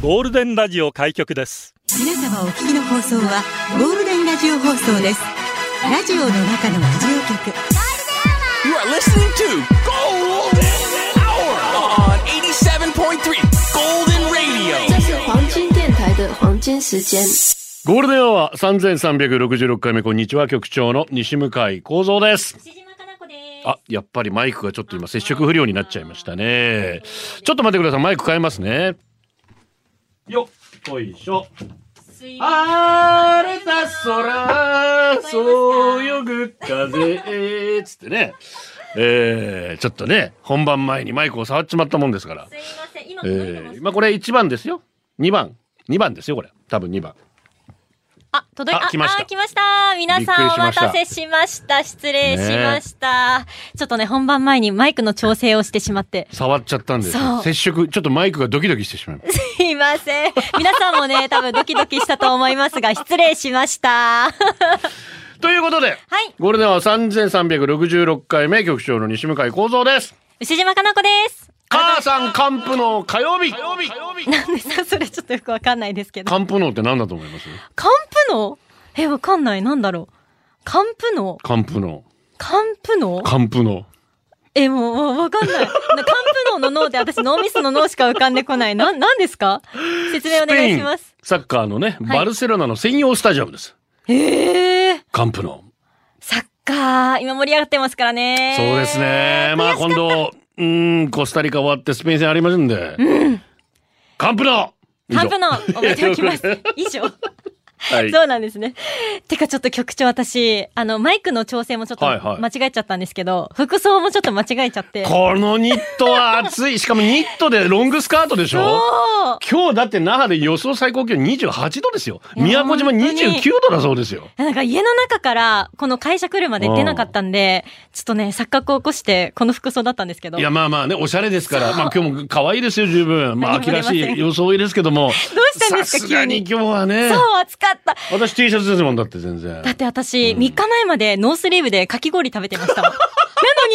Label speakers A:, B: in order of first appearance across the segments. A: ゴールデンラジオ開局です
B: 皆様お聞きの放送はゴールデンラジオ放送ですラジオの中のラジオ局
C: You are listening to Golden Hour on 87.3 Golden Radio.
D: 这是黄金电台的黄金时间。
E: ゴールデンアワー三千三百六十六回目こんにちは局長の西向井光三です。
F: 西島かな子です。
E: あ、やっぱりマイクがちょっと今接触不良になっちゃいましたね。ちょっと待ってくださいマイク変えますね。よっ、よいしょ。
F: すい
E: あれた空、そうよぐ風、つってね。えー、ちょっとね、本番前にマイクを触っちまったもんですから。
F: すいません。今
E: え
F: 届いてます。
E: ー、まあこれ1番ですよ。2番。2番ですよ、これ。多分2番。
F: あ、届い
E: あ
F: あ、
E: 来ました
F: あ来ました。皆さん
E: びっくり
F: お
E: しま
F: 待
E: した
F: たせしました。失礼
E: ねえ
F: しました。ちょっとね、本番前にマイクの調整をしてしまって。
E: 触っちゃったんです
F: そ
E: よ。
F: う
E: 接触、ちょっとマイクがドキドキしてしまいました。
F: すいません。皆さんも ね、多分ドキドキしたと思いますが、失礼しました。
E: ということで、
F: はい
E: ゴールデンは3366回目局長の西向井幸三です。
F: 牛島かな子です。
E: 母さん還付の火曜日。火曜日。
F: なんでさ、それちょっとよくわかんないですけど。
E: 還付のって何だと思います
F: 寒布のえ、わかんない。なんだろう。寒布の
E: 還付の。
F: 寒布の
E: 還付の。
F: え、もうもう、わか んない。なカンプノーの脳で私、脳みその脳しか浮かんでこない。な、なんですか説明お
E: ス
F: 願
E: ペ
F: い
E: イ
F: し
E: ン
F: ます。
E: サッカーのね、
F: はい
E: バルセロナの専用スタジアムです。
F: ええー、
E: カンプの。
F: サッカー、今盛り上がってますからね。
E: そうですね。まあ今度、うーん、コスタリカ終わってスペイン戦ありますんで。カンプの以上
F: カンプノー、おめでとうきます。 以上。
E: はい。
F: そうなんですね。てかちょっと局長私、あの、マイクの調整もちょっと
E: はいはい
F: 間違えちゃったんですけど、服装もちょっと間違えちゃって。
E: このニットは暑い。しかもニットでロングスカートでしょ
F: そう
E: 今日だって那覇で予想最高気温28度ですよ。
F: いや
E: 宮古島
F: 本当に
E: 29度だそうですよ。
F: なんか家の中から、この会社来るまで出なかったんで、ちょっとね、錯覚を起こして、この服装だったんですけど。
E: いやまあまあね、おしゃれですから、まあ今日も可愛いですよ、十分。まあ
F: 何
E: 秋
F: もあり
E: ら
F: ま
E: し
F: せん
E: い装いですけども。どう
F: したんですか
E: さすがに
F: 急
E: 今日はね。
F: そう、暑かった。
E: 私 T シャツですもん、だって全然
F: だ。って私、3日前までノースリーブでかき氷食べてま したもん。な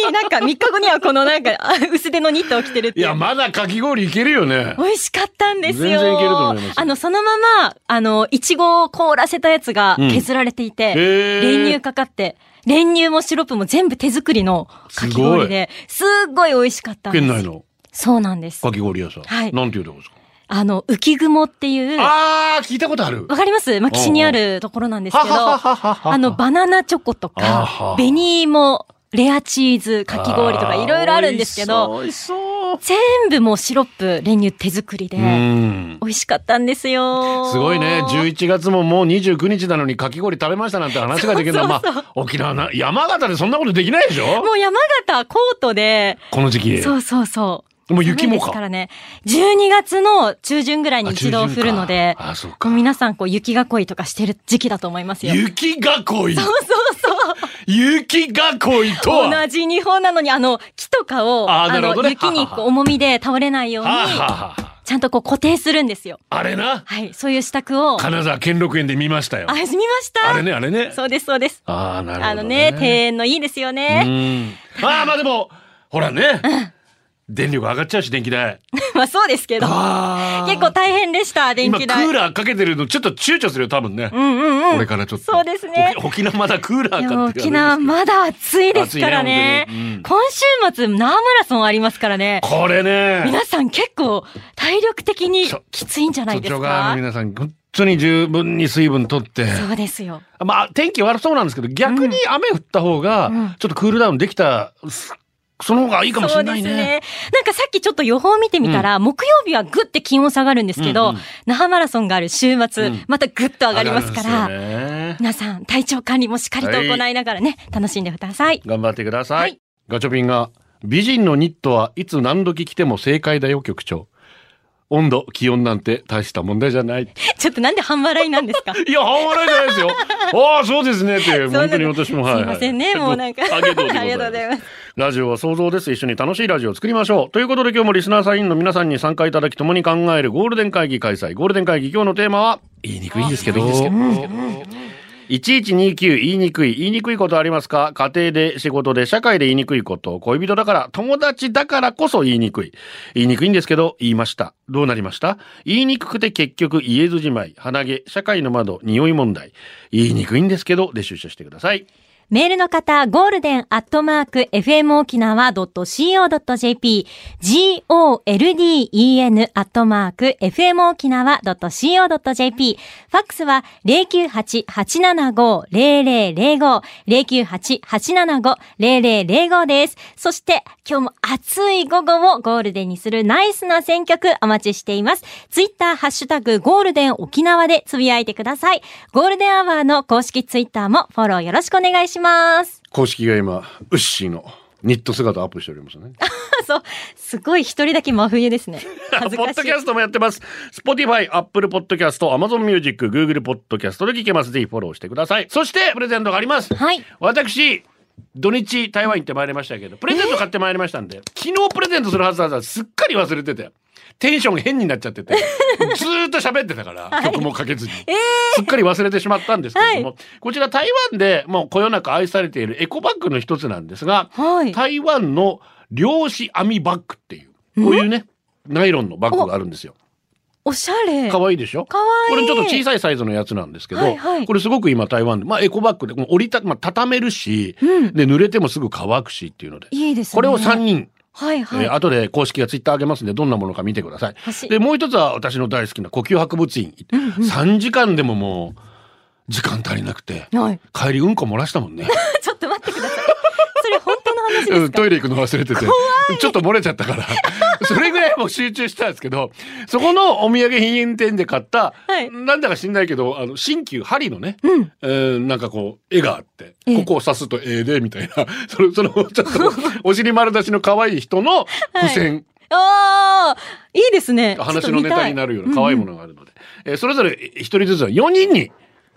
F: のになんか3日後にはこのなんかあ薄手のニットを着てるって
E: い
F: いう。
E: や、まだかき氷いけるよね。
F: 美味しかったんです
E: 全
F: よ。
E: 然いけると思いますよ
F: あの、そのまま、あの、いちごを凍らせたやつが
E: うん
F: 削られていて、
E: へー
F: 練乳かかって、練乳もシロップも全部手作りのかき氷で、すっごい美味しかったんです。
E: 県内の
F: そうなんです
E: か。き氷屋さん。
F: はい
E: なんていうとこですか、
F: あの、浮雲っていう、わ
E: あー、聞いたことある。
F: かります牧師にあるところなんですけど、あ
E: あ
F: の、バナナチョコと
E: あ
F: か
E: は、
F: 紅芋、レアチーズ、かき氷とかいろいろあるんですけど、
E: 美味しそう。
F: 全部もうシロップ、練乳手作りで
E: う、ん。
F: 美味しかったんですよ。
E: すごいね。11月ももう29日なのにかき氷食べましたなんて話ができるのは、ま
F: そうそうそう
E: あ、沖縄な、山形でそんなことできないでしょ
F: もう山形コートで、
E: この時期。
F: そうそうそう。
E: もう雪も
F: 寒いですから
E: か。
F: ね。12月の中旬ぐらいに一度
E: あ中旬か
F: 降るので、
E: あ、そうか。
F: 皆さんこう雪囲いとかしてる時期だと思いますよ。
E: 雪囲い。
F: そうそう。
E: 雪囲いとは。
F: 同じ日本なのに、あの、木とかを、
E: あーなるほど
F: の、
E: ね
F: 雪にこう重みで倒れないように、
E: はあはあはあ
F: ちゃんとこう固定するんですよ。
E: あれな。
F: はい、そういう支度を。あ、
E: 金沢兼六園で見ましたよ。
F: 見ました。
E: あれね、あれね。
F: そうです、そうです。
E: ああ、なるほど、ね。
F: あのね、庭園のいいですよね。
E: うん。ああ、まあでも、ほらね。電力上がっちゃうし、電気代。
F: まあそうですけど。
E: ああ。
F: 結構大変でした、電
E: 今ク
F: 気代。
E: ーラーかけてるのちょっと躊躇するよ、多分ね。
F: うんうんうん。
E: これからちょっと。
F: そうですね
E: お沖縄まだクーラ
F: い
E: ー
F: や
E: かって
F: 沖縄まだ暑いですからね。
E: 暑いね本当にうん
F: 今週末、那覇マラソンありますからね。
E: これね。
F: 皆さん結構体力的にきついんじゃないで
E: 都
F: す
E: 庁側の
F: か
E: 皆さん、本当に十分に水分とって。
F: そうですよ。
E: まあ、天気悪そうなんですけど、逆に雨降った方が
F: うん、
E: ちょっとクールダウンできた、その方がいいかもしれない
F: そうです
E: ね。
F: ね。なんかさっきちょっと予報を見てみたら、木曜日はぐって気温下がるんですけど、
E: うんうん
F: 那覇マラソンがある週末、
E: うん
F: またぐっと上がりますか
E: 上が
F: ら、
E: るんですよね
F: 皆さん体調管理もしっかりと行いながらね、楽しんでください。
E: 頑張ってください。
F: はい
E: ガチョピンが、美人のニットはいつ何時着ても正解だよ、局長。温度、気温なんて大した問題じゃない。
F: ちょっとなんで半笑いなんですか
E: いや、半笑いじゃないですよ。ああ、そうですね、っていう。
F: そう な
E: 本
F: ん
E: 当
F: です
E: に私も、はい、
F: すいませんね、もうなんか。
E: ありがとうござ
F: あり
E: い
F: が
E: ま
F: とうご
E: す
F: ざい。ます。
E: ラジオは想像です。一緒に楽しいラジオを作りましょう。ということで今日もリスナーサインの皆さんに参加いただき共に考えるゴールデン会議開催。ゴールデン会議今日のテーマは、言いにくいですけど、 1129言いにくい言いにくいことありますか家庭で仕事で社会で言いにくいこと恋人だから友達だからこそ言いにくい言いにくいんですけど言いましたどうなりました言いにくくて結局言えずじまい鼻毛社会の窓匂い問題言いにくいんですけどで出社してください
F: メールの方、ゴールデンアットマーク、fmokinawa.co.jp、golden アットマーク、fmokinawa.co.jp、ファックスは098-875-0005、098-875-0005です。そして、今日も暑い午後をゴールデンにするナイスな選曲お待ちしています。ツイッター、ハッシュタグ、ゴールデン沖縄でつぶやいてください。ゴールデンアワーの公式ツイッターもフォローよろしくお願いします。
E: 公式が今ウッシーのニット姿をアップしております ね
F: そう、すごい一人だけ真冬ですね。 恥ず
E: ポ
F: か
E: ッ
F: しい
E: ドキ。ャストもやってます。Spotify、Apple Podcast、Amazon Music、Google Podcast で聞けます。ぜひフォローしてください。そして、プレゼントがあります。
F: はい
E: 私、土日台湾行ってまいりましたけど、プレゼント買ってまいりましたんで、昨日プレゼントするはずだったのすっかり忘れてて、テンション変になっちゃってて、ずーっと喋ってたから、曲もかけずに、すっかり忘れてしまったんですけれども、こちら台湾でもうこよなく愛されているエコバッグの一つなんですが、
F: はい
E: 台湾の漁師編みバッグっていう、こういうね、ナイロンのバッグがあるんですよ。
F: おしゃれ。
E: 可愛いでしょ
F: かわいい
E: これちょっと小さいサイズのやつなんですけど、
F: はいはい
E: これすごく今台湾で、まあエコバッグで、この折りた、まあ畳めるし、
F: うん
E: で、濡れてもすぐ乾くしっていうので。
F: いいですね。
E: これを3。人、
F: はいはい。
E: えー後で公式がツイッター上げますんで、どんなものか見てください。
F: 欲しい
E: で、もう一つは私の大好きな呼吸博物院。3時間でももう、時間足りなくて、
F: はい。
E: 帰りうんこ漏らしたも んね。
F: ちょっと待ってください。それ本当の話で
E: う
F: す
E: ん
F: か
E: トイレ行くの忘れててちょっと漏れちゃったから それぐらいもう集中したんですけどそこのお土産品店で買った、
F: はい
E: なんだか知んないけどあの新旧針のね、
F: うん
E: えーなんかこう絵があって、
F: ええ
E: ここを刺すとええでみたいな そのそのちょっと お尻丸出しの可愛い人の付箋、
F: ああ、いいですね。
E: 話のネタになるような可愛いも
F: の。
E: のがあるので、えーそれぞれ一人ずつ4人に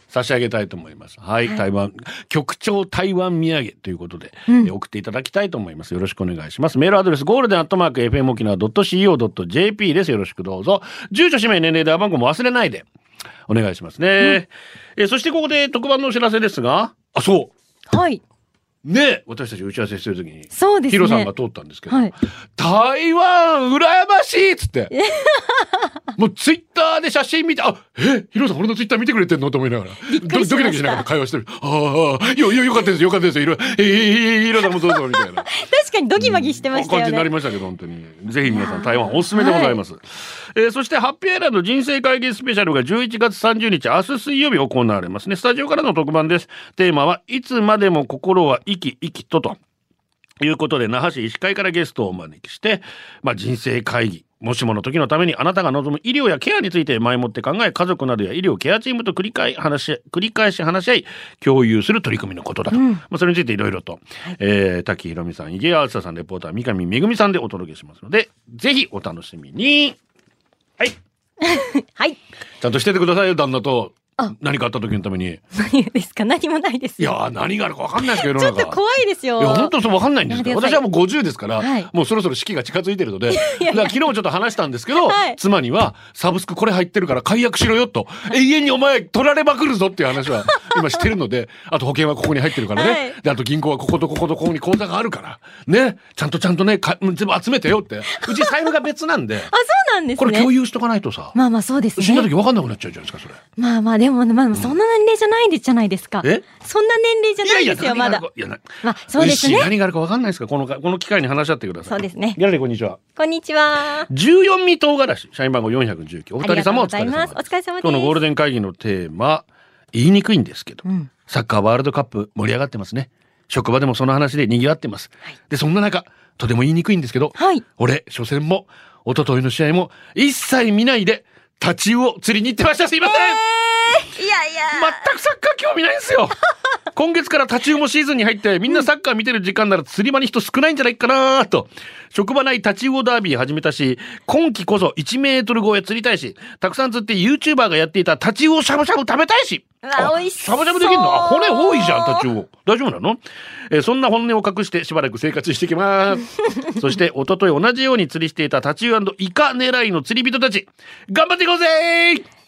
E: 差し上げたいと思います。はい、台湾、局長台湾土産ということで、えー送っていただきたいと思います。よろしくお願いします。メールアドレス、ゴールデンアットマーク、fm 沖縄 .co.jp です。よろしくどうぞ。住所、氏名、年齢、電話番号も忘れないで、お願いしますね。えーそしてここで特番のお知らせですが、あ、そう
F: うんはい。
E: ね私たち打ち合わせしてる時に、
F: そうですね
E: ヒロさんが通ったんですけど、
F: はい
E: 台湾羨ましいっつって。 もうツイッターで写真見て、あ、え、ヒロさん俺のツイッター見てくれてんのと思いながら、
F: びっくりしました
E: ドドキドキしながら会話してる。ああ、よ、よ、よかったですよ、よかったですよ、ヒロ、えー、ヒロさんもどうぞ、みた いな。
F: 確かにドギマギしてました
E: 感
F: よ
E: じになり
F: ね。
E: ましたけど本当にぜひ皆さん台湾おすすめでございます、えーそしてハッピーアイランド人生会議スペシャルが11月30日明日水曜日行われますねスタジオからの特番ですテーマはいつまでも心は生き生きとということで那覇市医師会からゲストをお招きして、まあ、人生会議もしもの時のためにあなたが望む医療やケアについて前もって考え家族などや医療ケアチームと繰り返話し繰り返し話し合い共有する取り組みのことだと、まあ、それについていろいろと、えー滝ひろみさん池谷あずささんレポーター三上めぐみさんでお届けしますのでぜひお楽しみにはいち
F: はい。
E: ゃんとしててくださいよ旦那と
F: あ
E: 何かあった時のために
F: 何ですか何もないです。
E: いやー何があるか分かんないですけど
F: ち
E: 世
F: ょっ
E: の中
F: と怖いですよ。
E: いや本当そうわかんないんですけど
F: やめてくだ
E: 私
F: さい
E: はもう50ですから、
F: はい
E: もうそろそろ式が近づいてる のでだから昨日もちょっと話したんですけど、
F: はい
E: 妻にはサブスクこれ入ってるから解約しろよと永遠にお前取られまくるぞっていう話 は今してるのであと保険はここに入ってるからね、
F: はい
E: であと銀行はこことこことここに口座があるからねちゃんとちゃんとねか全部集めてよってうち財布が別なんで
F: あ、 そうなんですね。
E: これ共有しとかないとさ、
F: まあまあそうですね。
E: 死んだ時わかんなくなっちゃうじゃないですかそれ。
F: まあまあでも、まあ、そんな年齢じゃないでじゃないですか。
E: え
F: そんな年齢じゃないですよ、
E: 何があ
F: ま
E: る
F: だ
E: か。いやな
F: まあそうですね
E: ウッシー何があるかわかんないですかこのかこの機会に話し合ってください。
F: そうですね
E: ギャラリーこんにちは。
F: こんにちは。
E: 14味唐辛子社員番号419お二人様お疲れ様
F: ありがとうございますお疲れ様です
E: 今日のゴールデン会議のテーマ言いにくいんですけど、
F: ん
E: サッカーワールドカップ盛り上がってますね職場でもその話で賑わってます、でそんな中とても言いにくいんですけど、
F: はい
E: 俺初戦も一昨日の試合も一切見ないでタチウオ釣りに行ってましたすいません、
F: いやいや。
E: 全くサッカー興味ないんです よ今月からタチウオもシーズンに入ってみんなサッカー見てる時間なら釣り場に人少ないんじゃないかなと職場内タチウオダービー始めたし今季こそ1メートル超え釣りたいしたくさん釣って YouTuber がやっていたタチウオしゃぶしゃぶ食べたいし
F: うわ
E: あ
F: 美味し
E: し
F: そう
E: ゃぶしゃぶできるのあ骨多いじゃんタチウオ大丈夫なの、えーそんな本音を隠してしばらく生活していきます そして一昨日同じように釣りしていたタチウオイカ狙いの釣り人たち頑張っていこうぜ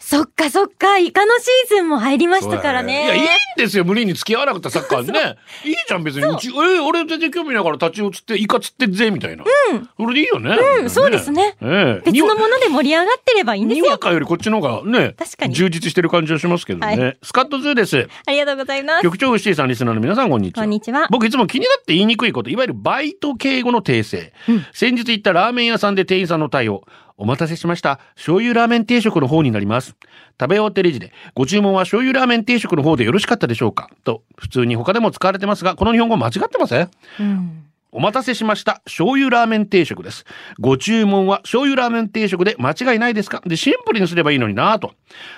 F: すそっかそっか、イカのシーズンも入りましたから
E: いや、いいん
F: ね。
E: ですよ。無理に付き合わなくたサッカーね。いいじゃん、別に。うち、えー俺全然興味ないから立ちをつって、イカ釣ってんぜ、みたいな。うん。それでいいよね。
F: うんそうですね
E: ええ
F: 別のもので盛り上がってればいいんです
E: にわ
F: よ。
E: かよりこっちの方がね、
F: 確かに
E: 充実してる感じがしますけどね。
F: はい
E: スカットズーです。
F: ありがとうございます。
E: 局長、牛井さん、リスナーの皆さん、こんにちは。
F: こんにちは
E: 僕、いつも気になって言いにくいこと、いわゆるバイト敬語の訂正。先日行ったラーメン屋さんで店員さんの対応。お待たせしました。醤油ラーメン定食の方になります。食べ終わってレジで、ご注文は醤油ラーメン定食の方でよろしかったでしょうかと、普通に他でも使われてますが、この日本語間違ってません
F: うん
E: お待たせしました。醤油ラーメン定食です。ご注文は醤油ラーメン定食で間違いないですかで、シンプルにすればいいのになぁと。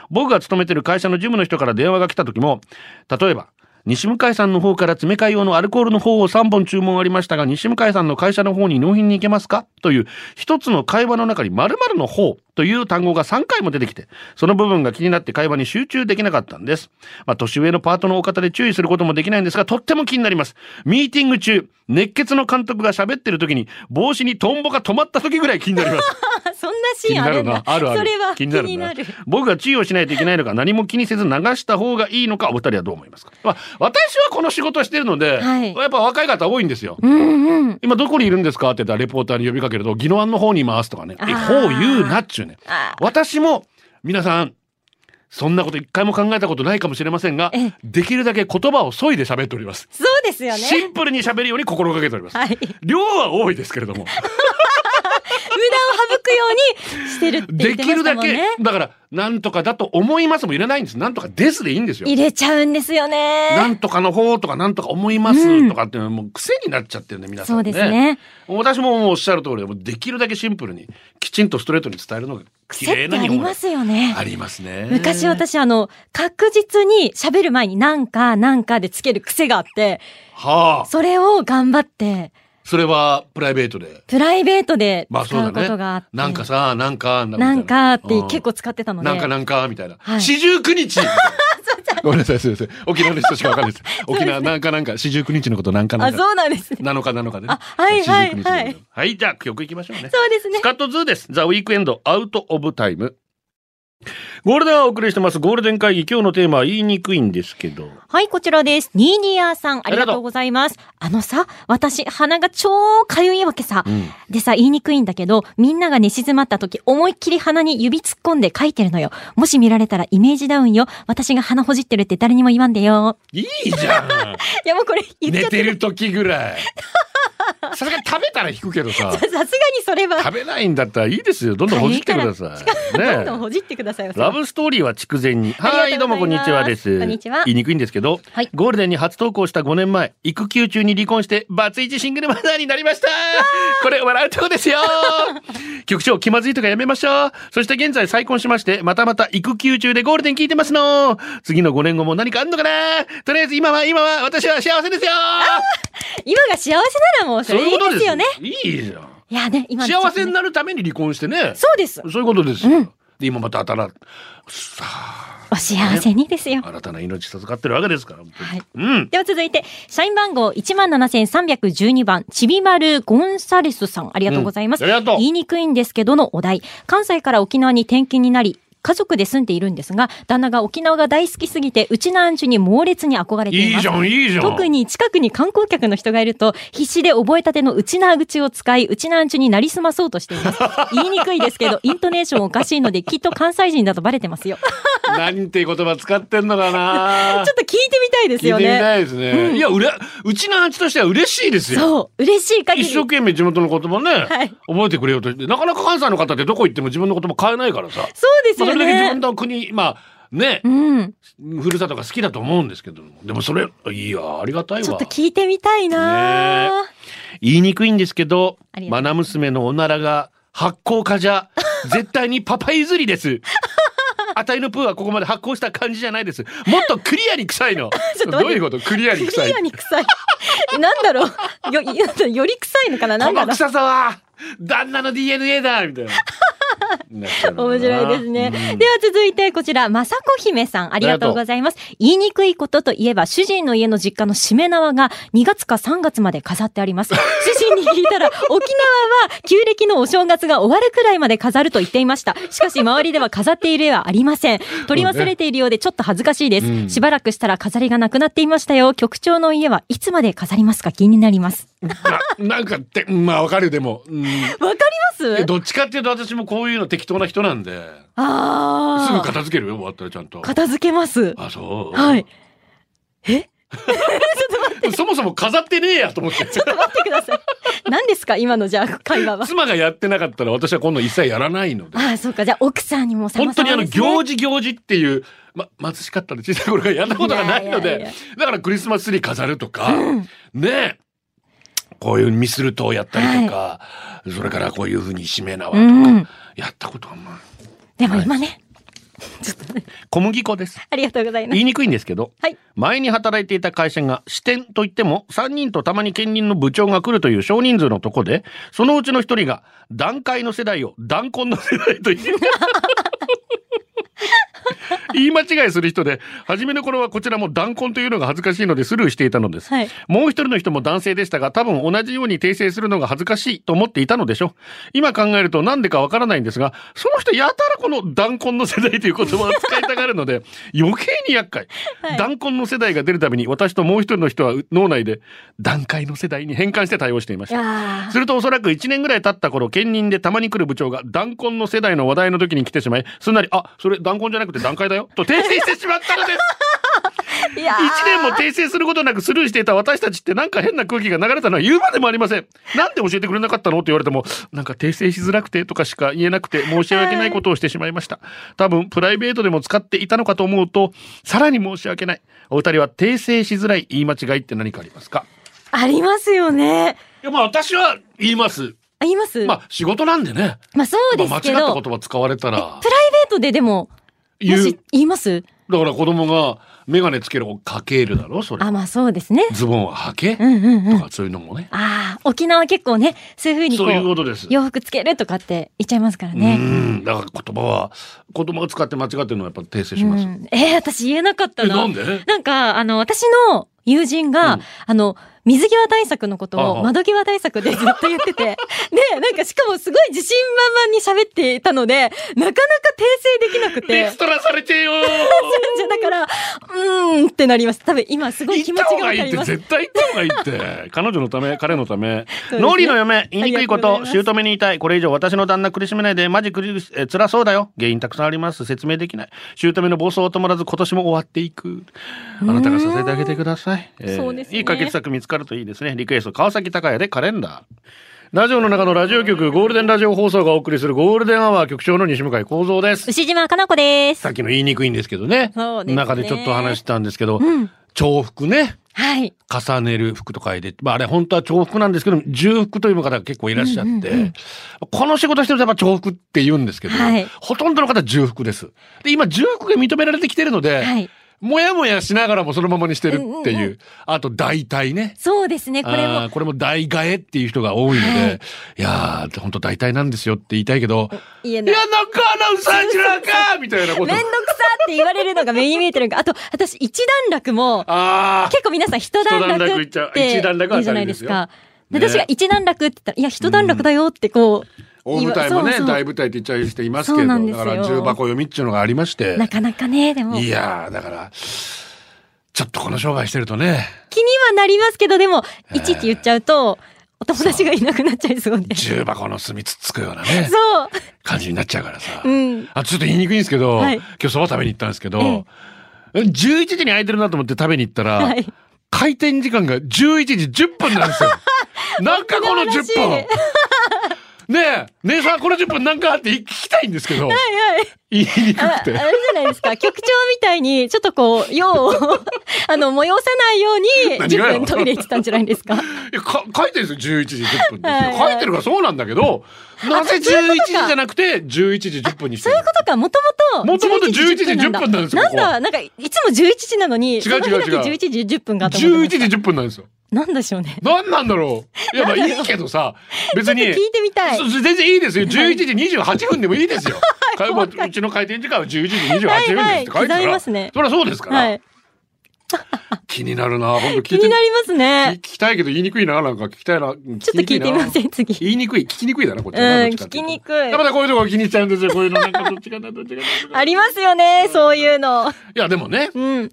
E: 僕が勤めてる会社の事務の人から電話が来た時も、例えば、西向井さんの方から詰め替え用のアルコールの方を3本注文ありましたが、西向井さんの会社の方に納品に行けますかという、一つの会話の中に〇〇の方という単語が3回も出てきて、その部分が気になって会話に集中できなかったんです。まあ、年上のパートのお方で注意することもできないんですが、とっても気になります。ミーティング中、熱血の監督が喋ってる時に、帽子にトンボが止まった時ぐらい気になります。
F: あそんなシーンあるんだ。
E: あるある。
F: それは気になる。
E: 僕が注意をしないといけないのか、何も気にせず流した方がいいのか、お二人はどう思い ますか。まあ、私はこの仕事をしてるので、
F: はい
E: やっぱ若い方多いんですよ。
F: うんうん。
E: 今どこにいるんですかって言ったらレポーターに呼びかけると、宜野湾の方にいますとかね。
F: あ
E: え、
F: ー
E: ほう言うなっちゅうね。
F: あ
E: 私も、皆さん、そんなこと一回も考えたことないかもしれませんが
F: ええ、
E: できるだけ言葉を削いで喋っております。
F: そうですよね。
E: シンプルに喋るように心がけております。
F: はい。
E: 量は多いですけれども。
F: 無駄を省くようにしてるって言
E: で
F: って
E: き
F: ま
E: る
F: した
E: だ
F: もんね。
E: け、だから、なんとかだと思いますもいらないんです。なんとかですでいいんですよ。
F: 入れちゃうんですよ
E: な
F: ね。
E: んとかの方とか、なんとか思いますとかっていうのはもう癖になっちゃってるね、皆さん
F: そ
E: ね。
F: うですね。
E: 私ももうおっしゃる通りで、もうできるだけシンプルに、きちんとストレートに伝えるのが綺
F: 癖
E: 麗
F: って
E: な
F: あ
E: 日
F: り
E: 本語
F: ますよね。
E: ありますね。
F: 昔私あの、確実に喋る前になんかなんかでつける癖があって、
E: はあ。
F: それを頑張って、
E: それはプライベートで。
F: プライベートで
E: まあそう
F: 使
E: だ
F: うことがあっ
E: ね
F: て。。
E: なんかさ、なんか、みたい
F: なんかって
E: うん
F: 結構使ってたので。
E: なんかなんかみたいな。
F: はい
E: 四十九 日ごめんなさい、すいません。沖縄の人しかわかんないです。沖縄なんかなんか、四十九日のことなんかな
F: あ、
E: んか。
F: そうなんですね。
E: 七日七日でね。
F: あはいはい
E: 49日のこと
F: はい。
E: はい、じゃあ曲いきましょうね。
F: そうですね
E: ス。カットズーです。ザ・ウィークエンド、アウト・オブ・タイム。ゴールデンはお送りしてます。ゴールデン会議、今日のテーマは言いにくいんですけど。
F: はい、こちらです。ニーニーアーさん、ありがとうございます。あのさ、私、鼻が超かゆいわけさ。
E: ん
F: でさ、言いにくいんだけど、みんなが寝静まった時、思いっきり鼻に指突っ込んで書いてるのよ。もし見られたらイメージダウンよ。私が鼻ほじってるって誰にも言わんでよ。
E: いいじゃん
F: いや、もうこれ 言っち
E: 寝
F: ゃって
E: てる時ぐらい。さすがに食べたら引くけどさ。
F: さすがに それは、
E: 食べないんだったらいいですよ。どんどんほじってください。
F: どんどん
E: ね
F: ほじってください。
E: え。ラブストーリーは筑前に。
F: ありがとうございます
E: はい、どうもこんにちはです。
F: こんにちは
E: 言いにくいんですけど、
F: はい
E: ゴールデンに初投稿した5年前、育休中に離婚して、バツイチシングルマザーになりましたこれ笑うとこです よ局長、気まずいとかやめましょう。そして現在再婚しまして、またまた育休中でゴールデン聞いてますの。次の5年後も何かあんのかなとりあえず今は、今は、私は幸せですよ
F: 今が幸せならもうそれでいいですよね。
E: いいじゃん。
F: いやね、今の
E: 幸せになるために離婚してね。
F: そうです。
E: そういうことですよ。で今また新さあ
F: お幸せにですよ。
E: 新たな命授かってるわけですから。
F: はい
E: うん。
F: では続いて、社員番号17,312番、ちびまるゴンサレスさん、ありがとうございます。
E: うんありがとう
F: 言いにくいんですけどのお題。関西から沖縄に転勤になり、家族で住んでいるんですが、旦那が沖縄が大好きすぎて、うちのアンチュに猛烈に憧れてい
E: いい
F: ます
E: じ。ゃんいいじゃん。
F: 特に近くに観光客の人がいると、必死で覚えたてのうちなー口を使い、うちなーんちゅになりすまそうとしてい ます。言いにくいですけど、イントネーションおかしいので、きっと関西人だとバレ てますよ。
E: なんて言葉使ってんのかな
F: ちょ。っと聞いてみたいです
E: 聞い
F: よ
E: てみ
F: ね。
E: たいですね。いやうれうちのアンチとしては嬉しいですよ。
F: そう、嬉しい限
E: 一
F: り。
E: 生懸命地元の言葉ね、
F: はい
E: 覚えてくれようとしてなかなか関西の方ってどこ行っても自分の言葉変えないからさ、
F: そうです
E: まあ、そ
F: よ
E: れだけ自
F: ね
E: 分。の国まあね
F: う、ん。
E: ふるさとが好きだと思うんですけどもでもそれいやありがたいわ
F: ちょっと聞いてみたいな、
E: 言いにくいんですけど
F: あり、がと
E: マ
F: う
E: ナ娘のおならが発酵化じ ゃ、絶対にパパ譲りです。あたいのプーはここまで発酵した感じじゃないです。もっとクリアに臭いの。
F: ちょっと
E: ど
F: 待って
E: ういうことクリアに臭
F: ク
E: い
F: リア。に臭 い。なんだろうよ、よより臭いのかなな
E: こ
F: んだ
E: の
F: ろう
E: 臭さは、旦那の DNA だみたいな。なっちゃうのかな
F: 面白いですね。
E: うん
F: では続いてこちら、雅子姫さん、ありがとうございます。言いにくいことといえば、主人の家の実家のしめ縄が2月か3月まで飾ってあ ります。主人に聞いたら、沖縄は旧暦のお正月が終わるくらいまで飾ると言っていました。しかし周りでは飾っている絵はありません。取り忘れているようでちょっと恥ずかしいです。
E: うん
F: しばらくしたら飾りがなくなっていましたよ。局長の家はいつまで飾りますか気になります。
E: ななんかってうんまあわかるよでも、うん
F: わかりま
E: え
F: す
E: どっちかっていうと私もこういうの適当な人なんで。
F: ああ。
E: すぐ片付けるよ終わったらちゃんと。
F: 片付けます。
E: あそう。
F: はい。えちょっと待って、
E: そもそも飾ってねえやと思 って。
F: 待ってください。 何ですか今のじゃあ会話 は。
E: 妻がやってなかったら私は今度一切やらないので。
F: ああ、そうか。じゃあ奥さんにも 様
E: 本
F: 々
E: 当にあの
F: ですね
E: 行事行事っていう、ま、貧しかったの小さい頃からやったことがないので
F: いやいやいや
E: だからクリスマスツリー飾るとか、ねえこういうミスルトをやったりとか、それからこういうふうにしめ縄とか、
F: うん
E: やったことはまあ
F: でも今ね、ちょっとね、
E: 小麦粉です
F: ありがとうございます
E: 言。いにくいんですけど、
F: はい
E: 前に働いていた会社が支店といっても3人とたまに兼任の部長が来るという少人数のとこでそのうちの1人が団塊の世代を団婚の世代と言って言い間違いする人で初めの頃はこちらも団婚というのが恥ずかしいのでスルーしていたのです、
F: はい
E: もう一人の人も男性でしたが多分同じように訂正するのが恥ずかしいと思っていたのでしょう今考えるとなんでかわからないんですがその人やたらこの弾痕の世代という言葉を使いたがるの で余計に厄介、
F: はい
E: 弾痕の世代が出るたびに私ともう一人の人は脳内で段階の世代に変換して対応していまし
F: い
E: た
F: や
E: するとおそらく1年ぐらい経った頃兼任でたまに来る部長が弾痕の世代の話題の時に来てしまいすんなり「あそれ弾痕じゃなくて段階だよ」と訂正してしまったのです
F: ーいやー
E: 1年も訂正することなくスルーしていた私たちってなんか変な空気が流れたのは言うまでもありません。なんで教えてくれなかったのって言われても、なんか訂正しづらくてとかしか言えなくて申し訳ないことをしてしまいました。多分プライベートでも使っていたのかと思うと、さらに申し訳ない。お二人は訂正しづらい言い間違いって何かありますか
F: ありますよね。
E: いや、まあ私は言います。
F: あります
E: ま
F: ま
E: あ仕事なんでね。
F: あそうですけ
E: まあ間違
F: ど、
E: った言葉使われたら
F: プライベートででも、も
E: 言う
F: し。言います
E: だから子供がメガネつけるをかけるだろそれ
F: あ、。まあそうですね。
E: ズボンははけ
F: うんうんうん。
E: と
F: あ
E: かそういうのもね。
F: あ、沖縄結構ね、そういうふうにこ
E: そういうこ
F: う、
E: とです。
F: 洋服つけるとかって言っちゃいますから
E: う
F: ね。
E: ん、だから言葉は子供が使って間違ってるのはやっぱ訂正します。
F: うんえー、私言えなかった
E: え
F: な。
E: なんで？
F: なんか、あの、私の友人が、
E: うん
F: あの、水際対策のこと
E: あ
F: を
E: あ
F: 窓際対策でずっと 言ってて、で、なんかしかもすごい自信満々に喋っていたので、なかなか訂正できなく
E: エ
F: て
E: ス、トラされてよー。
F: じゃあだから、うーんってなります。多分今すごい気
E: 言っ
F: 持ち
E: た
F: が
E: 方
F: わ
E: が
F: か
E: いいっ
F: り
E: て
F: ます。
E: 絶対言った方がい いって彼女のため彼のため
F: そうですね
E: 脳裏の嫁言いにくいこ
F: ありがと
E: と
F: うございます
E: 姑に言いたいこれ以上私の旦那苦しめないでマジ苦しえ辛そうだよ原因たくさんあります説明できない姑の暴走を止まらず今年も終わっていくあなたが支えてあげてください、えー
F: そうですね
E: いい解決策見つかるといいですねリクエスト川崎隆也でカレンダーラジオの中のラジオ局ゴールデンラジオ放送がお送りするゴールデンアワー局長の西向井光三です
F: 牛島かな子です
E: さっ。きの言いにくいんですけどね
F: そうですね
E: 中でちょっと話したんですけど、
F: うん。
E: 重複ね
F: はい。
E: 重ねる服と書いて、まああれ本当は重複なんですけど、重複という方が結構いらっしゃって、この仕事してるとやっぱ重複って言うんですけど、
F: はい
E: ほとんどの方重複です。で、今重複が認められてきてるので、
F: はい。
E: もやもやしながらもそのままにしてるっていう、
F: うんうんう
E: あと代替ね。
F: そうですね、これ
E: あー
F: も。
E: これも代替えっていう人が多いので、
F: はい
E: い、やー、本当代替なんですよって言いたいけど、
F: 言え
E: い
F: ない。
E: や、なんかアナウンサーになんかみたいなこ
F: めん
E: と
F: どく。さって言われるのが目に見えてるのが、あと、私一段落も、
E: あー
F: 結構皆さん一段
E: 一段
F: 落
E: 落
F: っ
E: いっち
F: て
E: ゃう一段落は
F: 言う
E: 当
F: じゃ
E: た
F: な
E: り
F: いで
E: ですすよ
F: か。で
E: ね
F: 私が一段落って言ったら、いや、一段落だよってこう。
E: 大舞台もね
F: 言わそうそう
E: 大舞台って言っちゃう人いますけ
F: そう
E: ど
F: なんです
E: だ
F: よ
E: から重箱読みっていうのがありまして
F: なかなかね、でも。
E: いやーだからちょっとこの商売してるとね
F: 気にはなりますけど、でも、いちいち言っちゃうと、お友達がいなくなっちゃいそうで。
E: 重箱の隅つっつくようなね
F: そう。
E: 感じになっちゃうからさ、
F: うん
E: あちょっと言いにくいんですけど、
F: はい
E: 今日そば食べに行ったんですけど、
F: え
E: 11時に空いてるなと思って食べに行ったら、
F: はい。
E: 開店時間が11時10分なん ですよなんかこの10分
F: 本
E: ねえ姉さんこの10分なんかあって聞きたいんですけど
F: はいはい。
E: 言いにくく
F: ああれじ
E: て
F: ゃないですか。局長みたいに、ちょっとこう、用を、 あの、催さないよう
E: 何
F: に、
E: が
F: 10
E: よ
F: 分トイレ行ってたんじゃないですか。
E: いやか書いてるんですよ11時10分ですよ、
F: はいはい
E: 書いてるからそうなんだけどなぜ11時じゃなくて11時10分にして
F: そう
E: る
F: いうことか、もとも
E: 元
F: と。
E: 々11時10分なんですよ
F: な
E: こ
F: ん
E: こは
F: だ、なんか、いつも11時なのに、
E: 違う違う違う
F: その日だけ11時10分が
E: 11時10分なんですよ
F: なんでしょうね。
E: 何なんだろういやまあいいけどさ別に
F: 聞いてみたい。
E: そ全然いいです よ11時28分でもいいですよ、かもううちの開店時間は11時28分ですって書いて
F: はいはい
E: るから、
F: 刻みますね
E: そりゃそうですから、
F: はい。
E: 気になるな本当聞
F: 気
E: いて
F: になります
E: 聞
F: ね。
E: きたいけど言いにくいななんか聞きたいなちょっ
F: ちょっと聞いてみません、次。
E: 言いにくい聞きにくいだなこっ
F: う
E: ち
F: ん、
E: はなどっちか
F: 聞
E: ってい
F: き
E: うと
F: にくい
E: やっ。ぱねこういうとこが気に入っちゃうんですよこういうのなんかどっちかなどっちかなどっちかな
F: ありますよね、そういうの。
E: いやでもね
F: うん。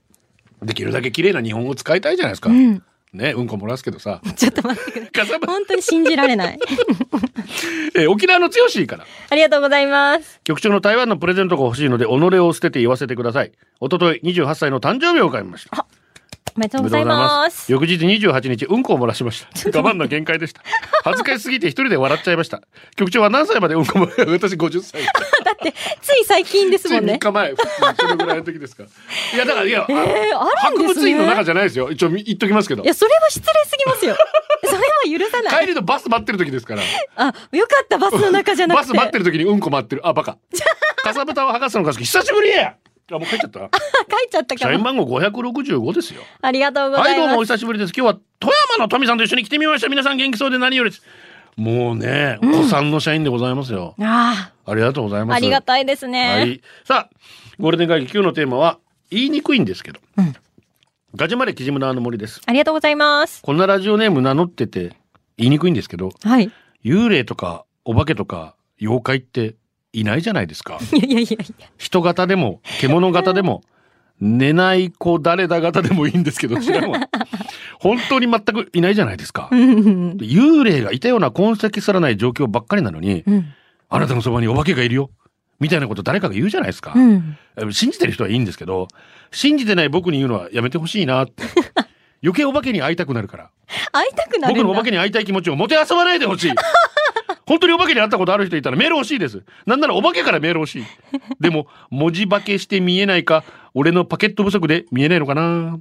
E: できるだけ綺麗な日本語使いたいじゃないですか、
F: うん。
E: ねうんこ漏らすけどさ
F: ちょっと待ってください。
E: かさば
F: 本当に信じられない。
E: えー沖縄の強しから
F: ありがとうございます。
E: 局長の台湾のプレゼントが欲しいので己を捨てて言わせてください一昨日28歳の誕生日を迎えました
F: おめでとう
E: お
F: ご
E: めでと
F: ざいう
E: ござい
F: ま
E: ますす。。翌日28日、うんこを漏らしました。我慢の限界でした。恥ずかしすぎて一人で笑っちゃいました。局長は何歳までうんこ漏ら私50歳。
F: つい最近です
E: つい
F: もん
E: 3
F: ね。
E: 日前。それぐらいの時ですか。いや、だから、いや、
F: えー、ある
E: 博
F: んです
E: 物
F: ね。
E: 院の中じゃないですよ。一応言っときますけど
F: い。や、それは失礼すぎますよ。 それは許さない。
E: 帰りのバス待ってる時ですから。
F: あ、よかった、バスの中じゃなくて。
E: バス待 ってる時にうんこ待ってる。あ、バカ。かさぶたを剥がすのが好き。久しぶりやあ、もう帰っちゃった。
F: あ書いちゃった
E: 社
F: か
E: 員
F: も。
E: 番号565ですよ。
F: ありがとうご
E: は
F: ざ
E: い、
F: い
E: どう
F: ます。
E: もお久しぶりです。今日は富山の富さんと一緒に来てみました。皆さん元気そうで何よりです。もうね、お子さんの社員でございますよ。
F: あ
E: ありがとうござい
F: あ、
E: ます。
F: ありがたいですね。
E: はい。さあ、ゴールデン会議今日のテーマは、言いにくいんですけど。ガジュマレキジムナーの森です。
F: ありがとうございます。
E: こんなラジオネーム名乗ってて、言いにくいんですけど、
F: はい。い
E: 幽霊とかお化けとか妖怪っていないじゃないです か。
F: やいやいやいや。
E: 人型でも獣型でも寝ない子誰だ型でもいいんですけど知ら んわ本当に全くいないじゃないですか
F: うんうん
E: 幽霊がいたような痕跡すらない状況ばっかりなのに、
F: うん。
E: あなたのそばにお化けがいるよみたいなこと誰かが言うじゃないですか
F: う、ん。
E: 信じてる人はいいんですけど信じてない僕に言うのはやめてほしいなって 余計お化けに会いたくなるから
F: 会いたくなるん
E: 僕
F: だ。
E: のお化けに会いたい気持ちをもてあそばないでほし い本当にお化けに会ったことある人いたらメール欲しいですなんならお化けからメール欲しいでも文字化けして見えないか俺のパケット不足で見えないのかな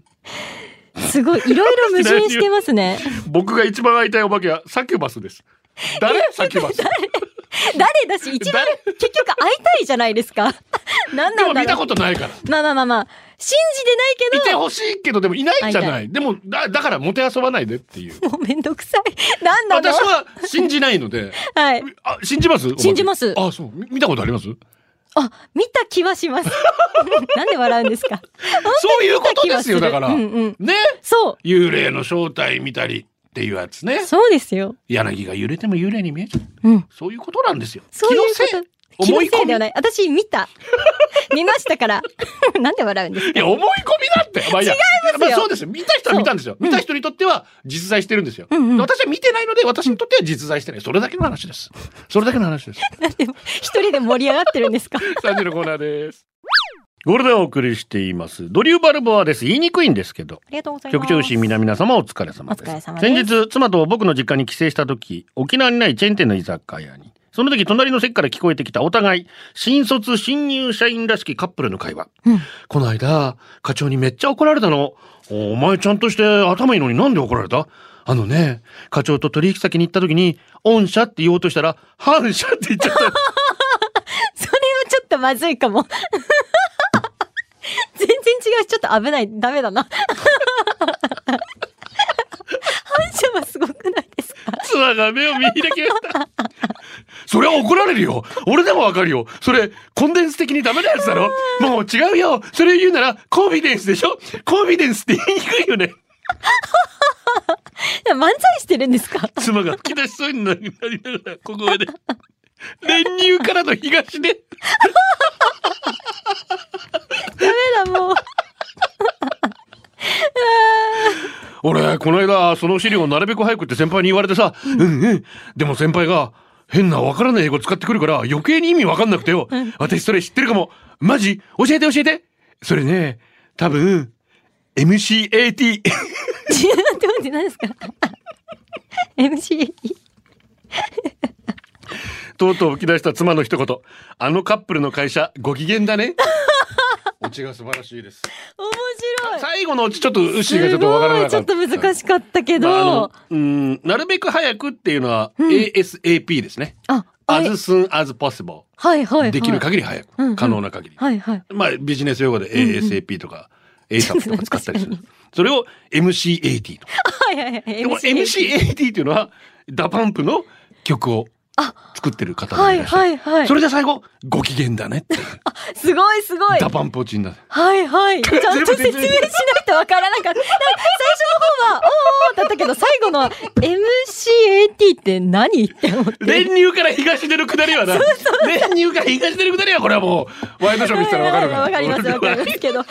F: すごい、いろいろ矛盾してます ね。
E: 僕が一番会いたいお化けはサキュバスです 誰サキュバス
F: 誰だし、一番
E: 誰
F: 結局会いたいじゃないですか。 何
E: で
F: な
E: も
F: んだ
E: 見た
F: ろ
E: ことないから
F: う。まあまあまあまあ、信じてないけ
E: い
F: ど、
E: てほしいけどでもいないじゃな
F: 会
E: いでもだだからもてあそばないでっていう
F: もうめんどくさい。 なんなの
E: 私は信じないの で
F: はい。
E: あ信じますお化け
F: 信じます
E: あそうみ見たことあります
F: あ、見た気はします。 なんで笑うんですか。
E: そういうこと
F: 見た気
E: で
F: は
E: す
F: する
E: よだから、
F: うんうん
E: ね
F: そ
E: 幽霊の正体見たりっていうやつね
F: う。そうですよ。
E: 柳が揺れても幽霊に見えちゃう
F: うん。
E: そういうことなんですよ
F: そういうこ
E: 気のせい
F: と。
E: 思い込み
F: 気のせいではない。私見た。見ましたから。 なんで笑うんです
E: い
F: か。
E: や思い込みだって、まあ、いや
F: ます
E: ま
F: よ
E: あ、そうですよ見た人は見たんですよ見た人にとっては実在してるんですよ、
F: うんうん
E: 私は見てないので私にとっては実在してないそれだけの話ですそれだけの話です
F: なんで一人で盛り上がってるんです か。
E: 3時のコーナーですゴールデンをお送りしていますドリューバルボアです言いにくいんですけど
F: ありがとうございます。
E: 局長氏皆皆様お疲れ様です
F: お疲れ様です
E: 先日妻と僕の実家に帰省した時沖縄にないチェーン店の居酒屋にその時隣の席から聞こえてきたお互い新卒新入社員らしきカップルの会話、
F: うん
E: この間課長にめっちゃ怒られたのおお前ちゃんとして頭いいのになんで怒られたあのね課長と取引先に行った時に御社って言おうとしたら反社って言っちゃった
F: それはちょっとまずいかも。 全然違うし、ちょっと危ない。ダメだな。反射はすごくないですか
E: 妻が目を見開きましたそれは怒られるよ俺でもわかるよそれコンデンス的にダメなやつだろもう違うよそれ言うならコンフィデンスでしょコンフィデンスって言いにくいよね
F: 漫才してるんですか
E: 妻が吹き出しそうになりながらここまで 練乳からの東で
F: ダメだ、 もう。
E: 俺この間その資料をなるべく早くって先輩に言われてさ「うんうん」でも先輩が変なわからない英語使ってくるから余計に意味わかんなくてよ私それ知ってるかもマジ教えて教えてそれね多分 MCAT
F: ちょっと待って、何ですか ?MC。
E: とうとう吹き出した妻の一言「あのカップルの会社ご機嫌だ ね」オチが素晴らしいです
F: 面白い。
E: 最後のオチちょっとウッシーがち
F: す
E: ょっとわからな
F: ご
E: か
F: い、
E: っ
F: ち
E: た
F: ょっと難しかったけ
E: まああの
F: ど。
E: うんなるべく早くっていうのは ASAP ですね、
F: あ、あれ
E: As soon as possible
F: はいはいはい。
E: できる限り早く、
F: うんうん
E: 可能な限り、
F: はいはい。
E: まあビジ ネス用語で ASAP とか ASAP とか使ったりする、それを MCAT と
F: あ、いはいはい。
E: でも MCAD っていうのはダパンプの曲を作ってる方な
F: は
E: ん
F: い
E: でした、
F: はいはい。
E: それで最後ご機嫌だねって
F: すごいすごい。
E: ダパンプ落ちんだ
F: はい はい。ちゃんと説明しないとわからなかった。なんか最初の方は、おーおーだったけど、最後のは MCAT って何って思って。
E: 練乳から東出る下りはな練乳から東出る下りはこれはもうワイドショー見てたらわかるから
F: わかりますわかりますけど、MCAT っ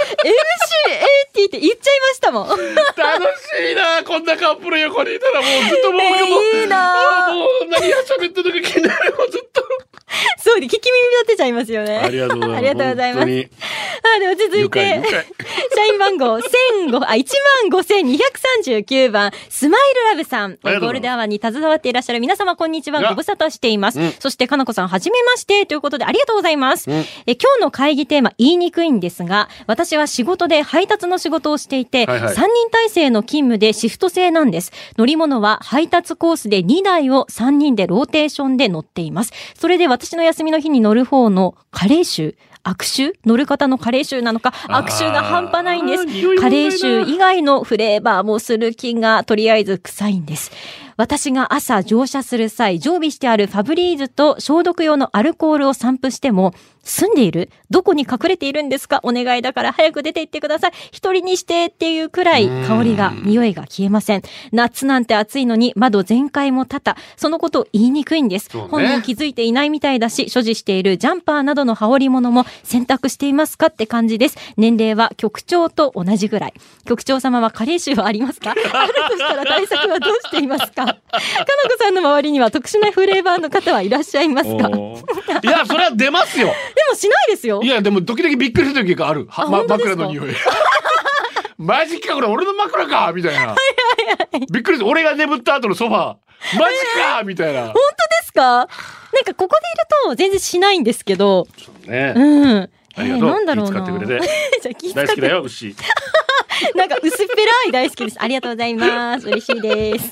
F: て言っちゃいましたもん。
E: 楽しいなこんなカップル横にいたらもうずっともう、
F: えー
E: もう
F: いいな
E: あーもう何が喋ってるのか気になるもうずっと
F: そうで、聞き耳立てちゃいますよね。ありがとうございます。
E: 本当に
F: はい、では続い
E: 愉快
F: て
E: 愉快、
F: 社員番号1005、あ、15239番、スマイルラブさ
E: あ
F: ん。
E: りがとうございます
F: ゴールデンアワーに携わっていらっしゃる皆様、こんにちは。
E: いや
F: ご無沙汰しています。
E: うん
F: そして、かなこさん、はじめまして。ということで、ありがとうございます。
E: うん
F: え今日の会議テーマ、言いにくいんですが、私は仕事で配達の仕事をしていて、
E: はいはい
F: 3人体制の勤務でシフト制なんです。乗り物は配達コースで2台を3人でローテーションで乗っています。それで私の休みの日に乗る方の加齢臭、悪臭乗る方の加齢臭なのか、
E: あー
F: 悪臭が半端ないんです
E: あー匂い。問
F: 加
E: 題だ
F: 齢臭以外のフレーバーもする気がとりあえず臭いんです。私が朝乗車する際、常備してあるファブリーズと消毒用のアルコールを散布しても、住んでいるどこに隠れているんですかお願いだから早く出て行ってください。一人にしてっていうくらい香りが、匂いが消えません。夏なんて暑いのに窓全開も多々、そのことを言いにくいんです。
E: そうね
F: 本人気づいていないみたいだし、所持しているジャンパーなどの羽織物も選択していますかって感じです。年齢は局長と同じぐらい。局長様は加齢臭はあります かあるとしたら対策はどうしていますかかなこさんの周りには特殊なフレーバーの方はいらっしゃいますかでも
E: おーいやそれは出ますよ
F: しないですよ
E: い。やでも時々びっくりする時があるは
F: あ
E: ま
F: 本当です
E: 枕
F: か
E: の匂い マジかこれ俺の枕かみたいなびっくりする俺が眠った後のソファーマジかみたいな
F: 本当ですかなんかここでいると全然しないんですけど。う
E: ね
F: ん。
E: ありがとう
F: えーなんだろうな。
E: 気遣ってくれ
F: じゃあ気遣
E: 大
F: っ
E: 好きだ
F: て。
E: よ牛
F: なんか薄っぺらい大好きです。ありがとうございます。嬉し いです。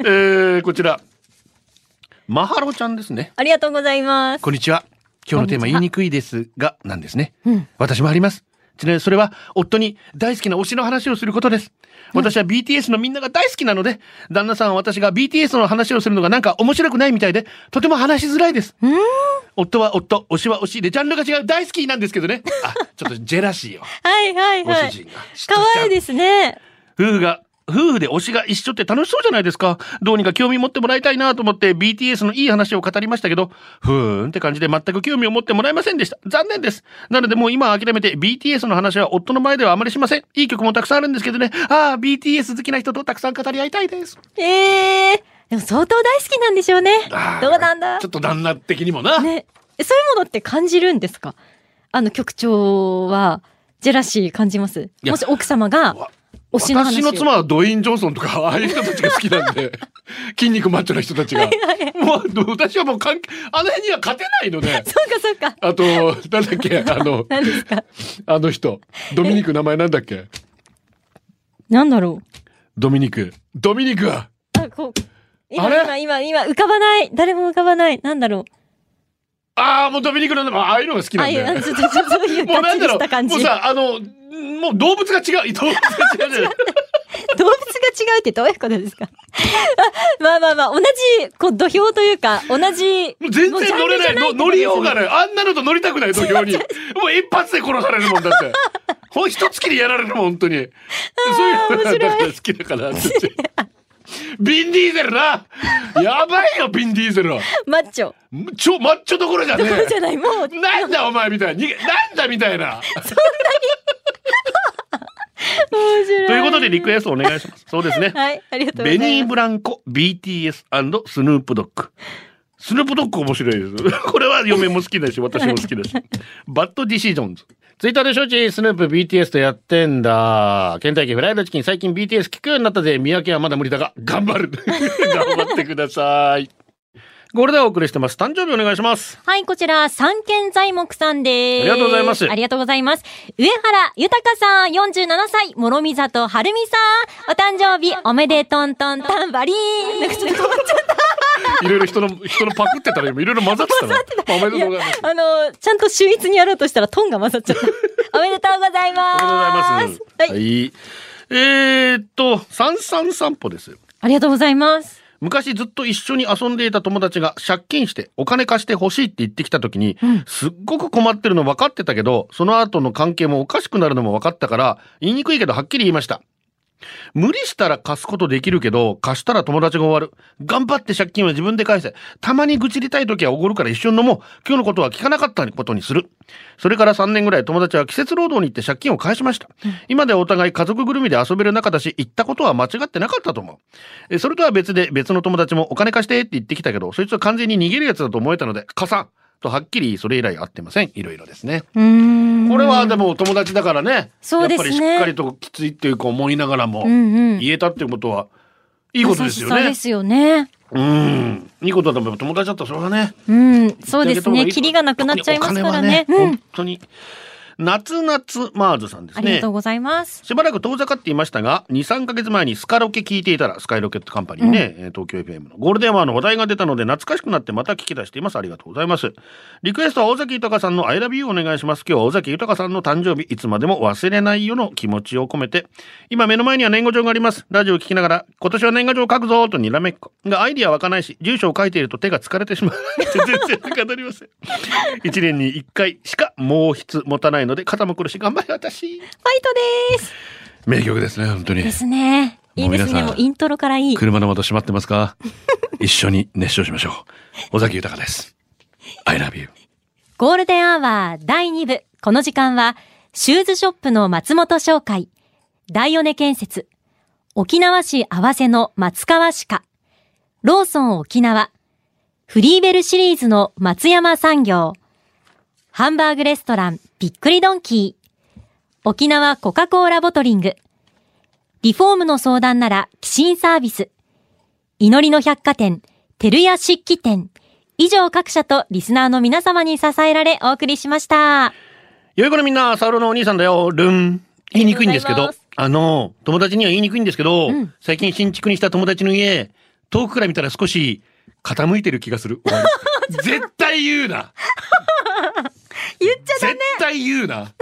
E: えーこちらマハロちゃんですね
F: ありがとうございます。
E: こんにちは。今日のテーマ
F: こんにち
E: 言い
F: は
E: にくいですが、なんですね。
F: うん
E: 私もあります。ちなみにそれは夫に大好きな推しの話をすることです。私は BTS のみんなが大好きなので、旦那さんは私が BTS の話をするのがなんか面白くないみたいで、とても話しづらいです。夫は夫、推しは推しで、ジャンルが違う大好きなんですけどね。あ、ちょっとジェラシーを。
F: はいはい
E: ご
F: は
E: 主
F: い。
E: 人が。
F: 可愛いですね。
E: 夫婦が、夫婦で推しが一緒って楽しそうじゃないですか。どうにか興味持ってもらいたいなと思って BTS のいい話を語りましたけど、ふーんって感じで全く興味を持ってもらえませんでした。残念です。なのでもう今は諦めて BTS の話は夫の前ではあまりしません。いい曲もたくさんあるんですけどね。ああ、BTS 好きな人とたくさん語り合いたいです。
F: ええでも相当大好きなんでしょうね
E: あ。ー
F: どうなんだ
E: ちょ。っと旦那的にもな。
F: ね。えそういうものって感じるんですかあの局長は、ジェラシー感じます
E: や
F: もし奥様が
E: わ、
F: 推しの話
E: 私
F: を
E: の妻はドウェイン・ジョンソンとか、ああいう人たちが好き なんで、筋肉マッチョな人たちが。もう、私はもう関係、あの辺には勝てないので。
F: そうかそうか。
E: あと、なんだっ け、あの、
F: 何ですか
E: あの人。ドミニク名前なんだっけ
F: なんだろ
E: ドミニク。ドミニクは
F: う。あ、こう。今
E: あれ
F: 今今今浮かばない。誰も浮かばない。なんだろ
E: ああ、もうドミニクの名前、ああいうのが好き
F: う。あ
E: な
F: あ
E: ん
F: い
E: だ
F: う、あ
E: よ
F: の。ちょっとちょっとそういう
E: もう
F: ガ
E: な
F: ッ
E: ん
F: チ
E: だ
F: リ
E: ろ
F: した
E: う、
F: 感じ。
E: もう
F: 動物が
E: さ、あの、もう動物が違う、動物が違う じゃない。
F: 違うってどういうことですか あまあまあまあ、同じ、こう、土俵というか、同じ。
E: もう全
F: もうジ
E: 然
F: ャン
E: 乗
F: ル
E: れ
F: じ
E: な
F: ゃ
E: い。の乗りようがない。あんなのと乗りたくない、土俵に。もう一発で殺されるもんだって。ほん、一月でやられるもん、本当に。そういうのがだから好きだからって言って。ビンディーゼルな。やばいよ、ビンディーゼルは。
F: マッチョ。
E: 超マッチョどころじゃね
F: そ
E: え
F: うじ。ゃない、もう、
E: なんだお前みたいになんだみたいな。
F: 面白い。
E: ということでリクエストお願いします。そうですね。
F: はい、ありがとうござ
E: ベ
F: います。
E: ニー・ブランコ、BTS& スヌープ・ドッグ。スヌープ・ドッグ面白いです。 これは嫁も好きだし、私も好きだし。バッド・ディシジョンズ。ツイッターで承知、スヌープ BTS とやってんだ。倦怠期フライドチキン、最近 BTS 聞くようになったぜ。三宅はまだ無理だが、頑張る。 頑張ってください。これでお送りしてます。誕生日お願いします。
F: はい、こちら、三軒材木さんです。
E: ありがとうございます
F: ありがとうございます。上原豊さん、47歳、諸見里晴美さん、お誕生日、おめでとんとんたんばりーん。なんかちょっと 困っちゃっ
E: いろいろ人の、人のパクってたら今いろいろ混ざってたな。まあおめでとうございます。
F: た。あの、ちゃんと秀 逸にやろうとしたら、トンが混ざっちゃった。おめでとうございます。
E: おめでとうございます。
F: は
E: は
F: い。
E: い。えー、っと、三三散歩です。
F: ありがとうございます。
E: 昔ずっと一緒に遊んでいた友達が借金してお金貸してほしいって言ってきた時に、すっごく困ってるの分かってたけど、その後の関係もおかしくなるのも分かったから、言いにくいけどはっきり言いました。無理したら貸すことできるけど、貸したら友達が終わる。頑張って借金は自分で返せ。たまに愚痴りたい時はおごるから一緒に飲もう。今日のことは聞かなかったことにする。それから3年ぐらい友達は季節労働に行って借金を返しました。今ではお互い家族ぐるみで遊べる仲だし、行ったことは間違ってなかったと思う。えそれとは別で別の友達もお金貸してって言ってきたけど、そいつは完全に逃げるやつだと思えたので、貸さんとはっきりそれ以来会ってません。いろいろですね。
F: うーん。
E: これはでも友達だからね。
F: そうですね
E: やっぱりしっかりときついっていうか思いながらも、
F: うんうん
E: 言えたっていうことは、いいことですよ
F: 優しさ
E: ね
F: で。すよね。
E: うん。いいことだと思う。友達だったらそれはね。
F: うん、そう
E: 言ってあげ
F: です
E: た方がい
F: ね。
E: い
F: キリがなくなっちゃいますからね。
E: お金は
F: う
E: 本
F: ん。
E: 当に。夏夏マーズさんです
F: あ
E: ね。
F: りがとうございます。
E: しばらく遠ざかっていましたが、2、3ヶ月前にスカロケ聞いていたら、スカイロケットカンパニーね、えー東京 FM のゴールデンアワーの話題が出たので、懐かしくなってまた聞き出しています。ありがとうございます。リクエストは尾崎豊さんの I love you お願いします。今日は尾崎豊さんの誕生日、いつまでも忘れないよの気持ちを込めて、今目の前には年賀状があります。ラジオを聞きながら、今年は年賀状を書くぞーとにらめっこ。がアイディア湧かないし、住所を書いていると手が疲れてしまう。全然語りません。1年に1回しか毛筆持たないので、肩も苦るし、頑張れ私。
F: ファイトです。
E: 名曲ですね、本当に
F: で。すね。いいで
E: も
F: す
E: う皆
F: ね。
E: さん
F: もうイントロからいい。
E: 車の窓閉まってます か一緒に熱唱しましょう。尾崎豊です。I love you.
F: ゴールデンアワー第2部。この時間は、シューズショップの松本商会、大米建設、沖縄市合わせの松川歯科、ローソン沖縄、フリーベルシリーズの松山産業、ハンバーグレストランびっくりドンキー、沖縄コカ・コーラボトリング、リフォームの相談なら、寄進サービス、祈りの百貨店、てるや漆器店、以上各社とリスナーの皆様に支えられお送りしました。
E: よい子のみんな、サウロのお兄さんだよ。ルン。言いにくいんですけ
F: あり
E: ど
F: がとうございます、
E: あの、友達には言いにくいんですけど、
F: うん
E: 最近新築にした友達の家、遠くから見たら少し傾いてる気がする。終わり絶対言うな。
F: 言っちゃ
E: 絶対言うな。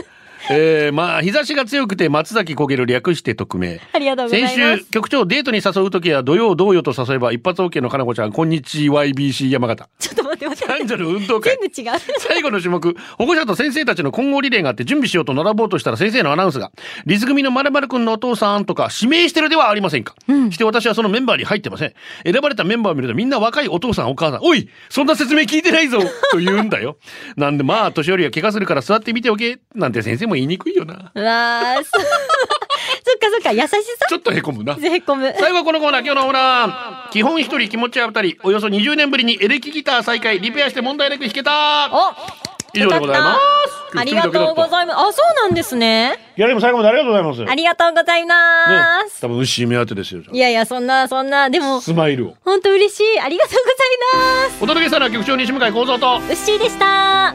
E: えー、まあ、日差しが強くて松崎こげる略して匿名。
F: ありがとうございま
E: 先
F: す。
E: 週局長をデートに誘う時は土曜どうよと誘えば一発 OK のかなこちゃんこんにちは YBC 山形
F: ちょっと待って待って
E: 男女の運動会
F: 全部違う。
E: 最後の種目保護者と先生たちの混合リレーがあって準備しようと並ぼうとしたら先生のアナウンスが「リズ組の〇〇くんのお父さん」とか指名してるではありませんか、して私はそのメンバーに入ってません選ばれたメンバーを見るとみんな若いお父さんお母さん「おいそんな説明聞いてないぞ」と言うんだよ なんでまあ年寄りは怪我するから座ってみておけなんて先生も言いにくいよな
F: うわー、そそっかそっか、優しさ
E: ちょっとへこむな
F: でへこむ。
E: 最後はこのコーナー今日のオーナー基本一人気持ちは二人およそ20年ぶりにエレキギター再開リペアして問題なく弾けた
F: お
E: 以上でございます
F: ありがとうございます。あ、そうなんですね。
E: いやでも最後までありがとうございます
F: ありがとうございま
E: ね
F: す。
E: 多分牛目当てですよ
F: いやいや、そんな、そんな、でも、
E: スマイルを
F: 本当嬉しい。ありがとうございます。
E: お届けしたのは局長西向井光三と
F: うっしーでした。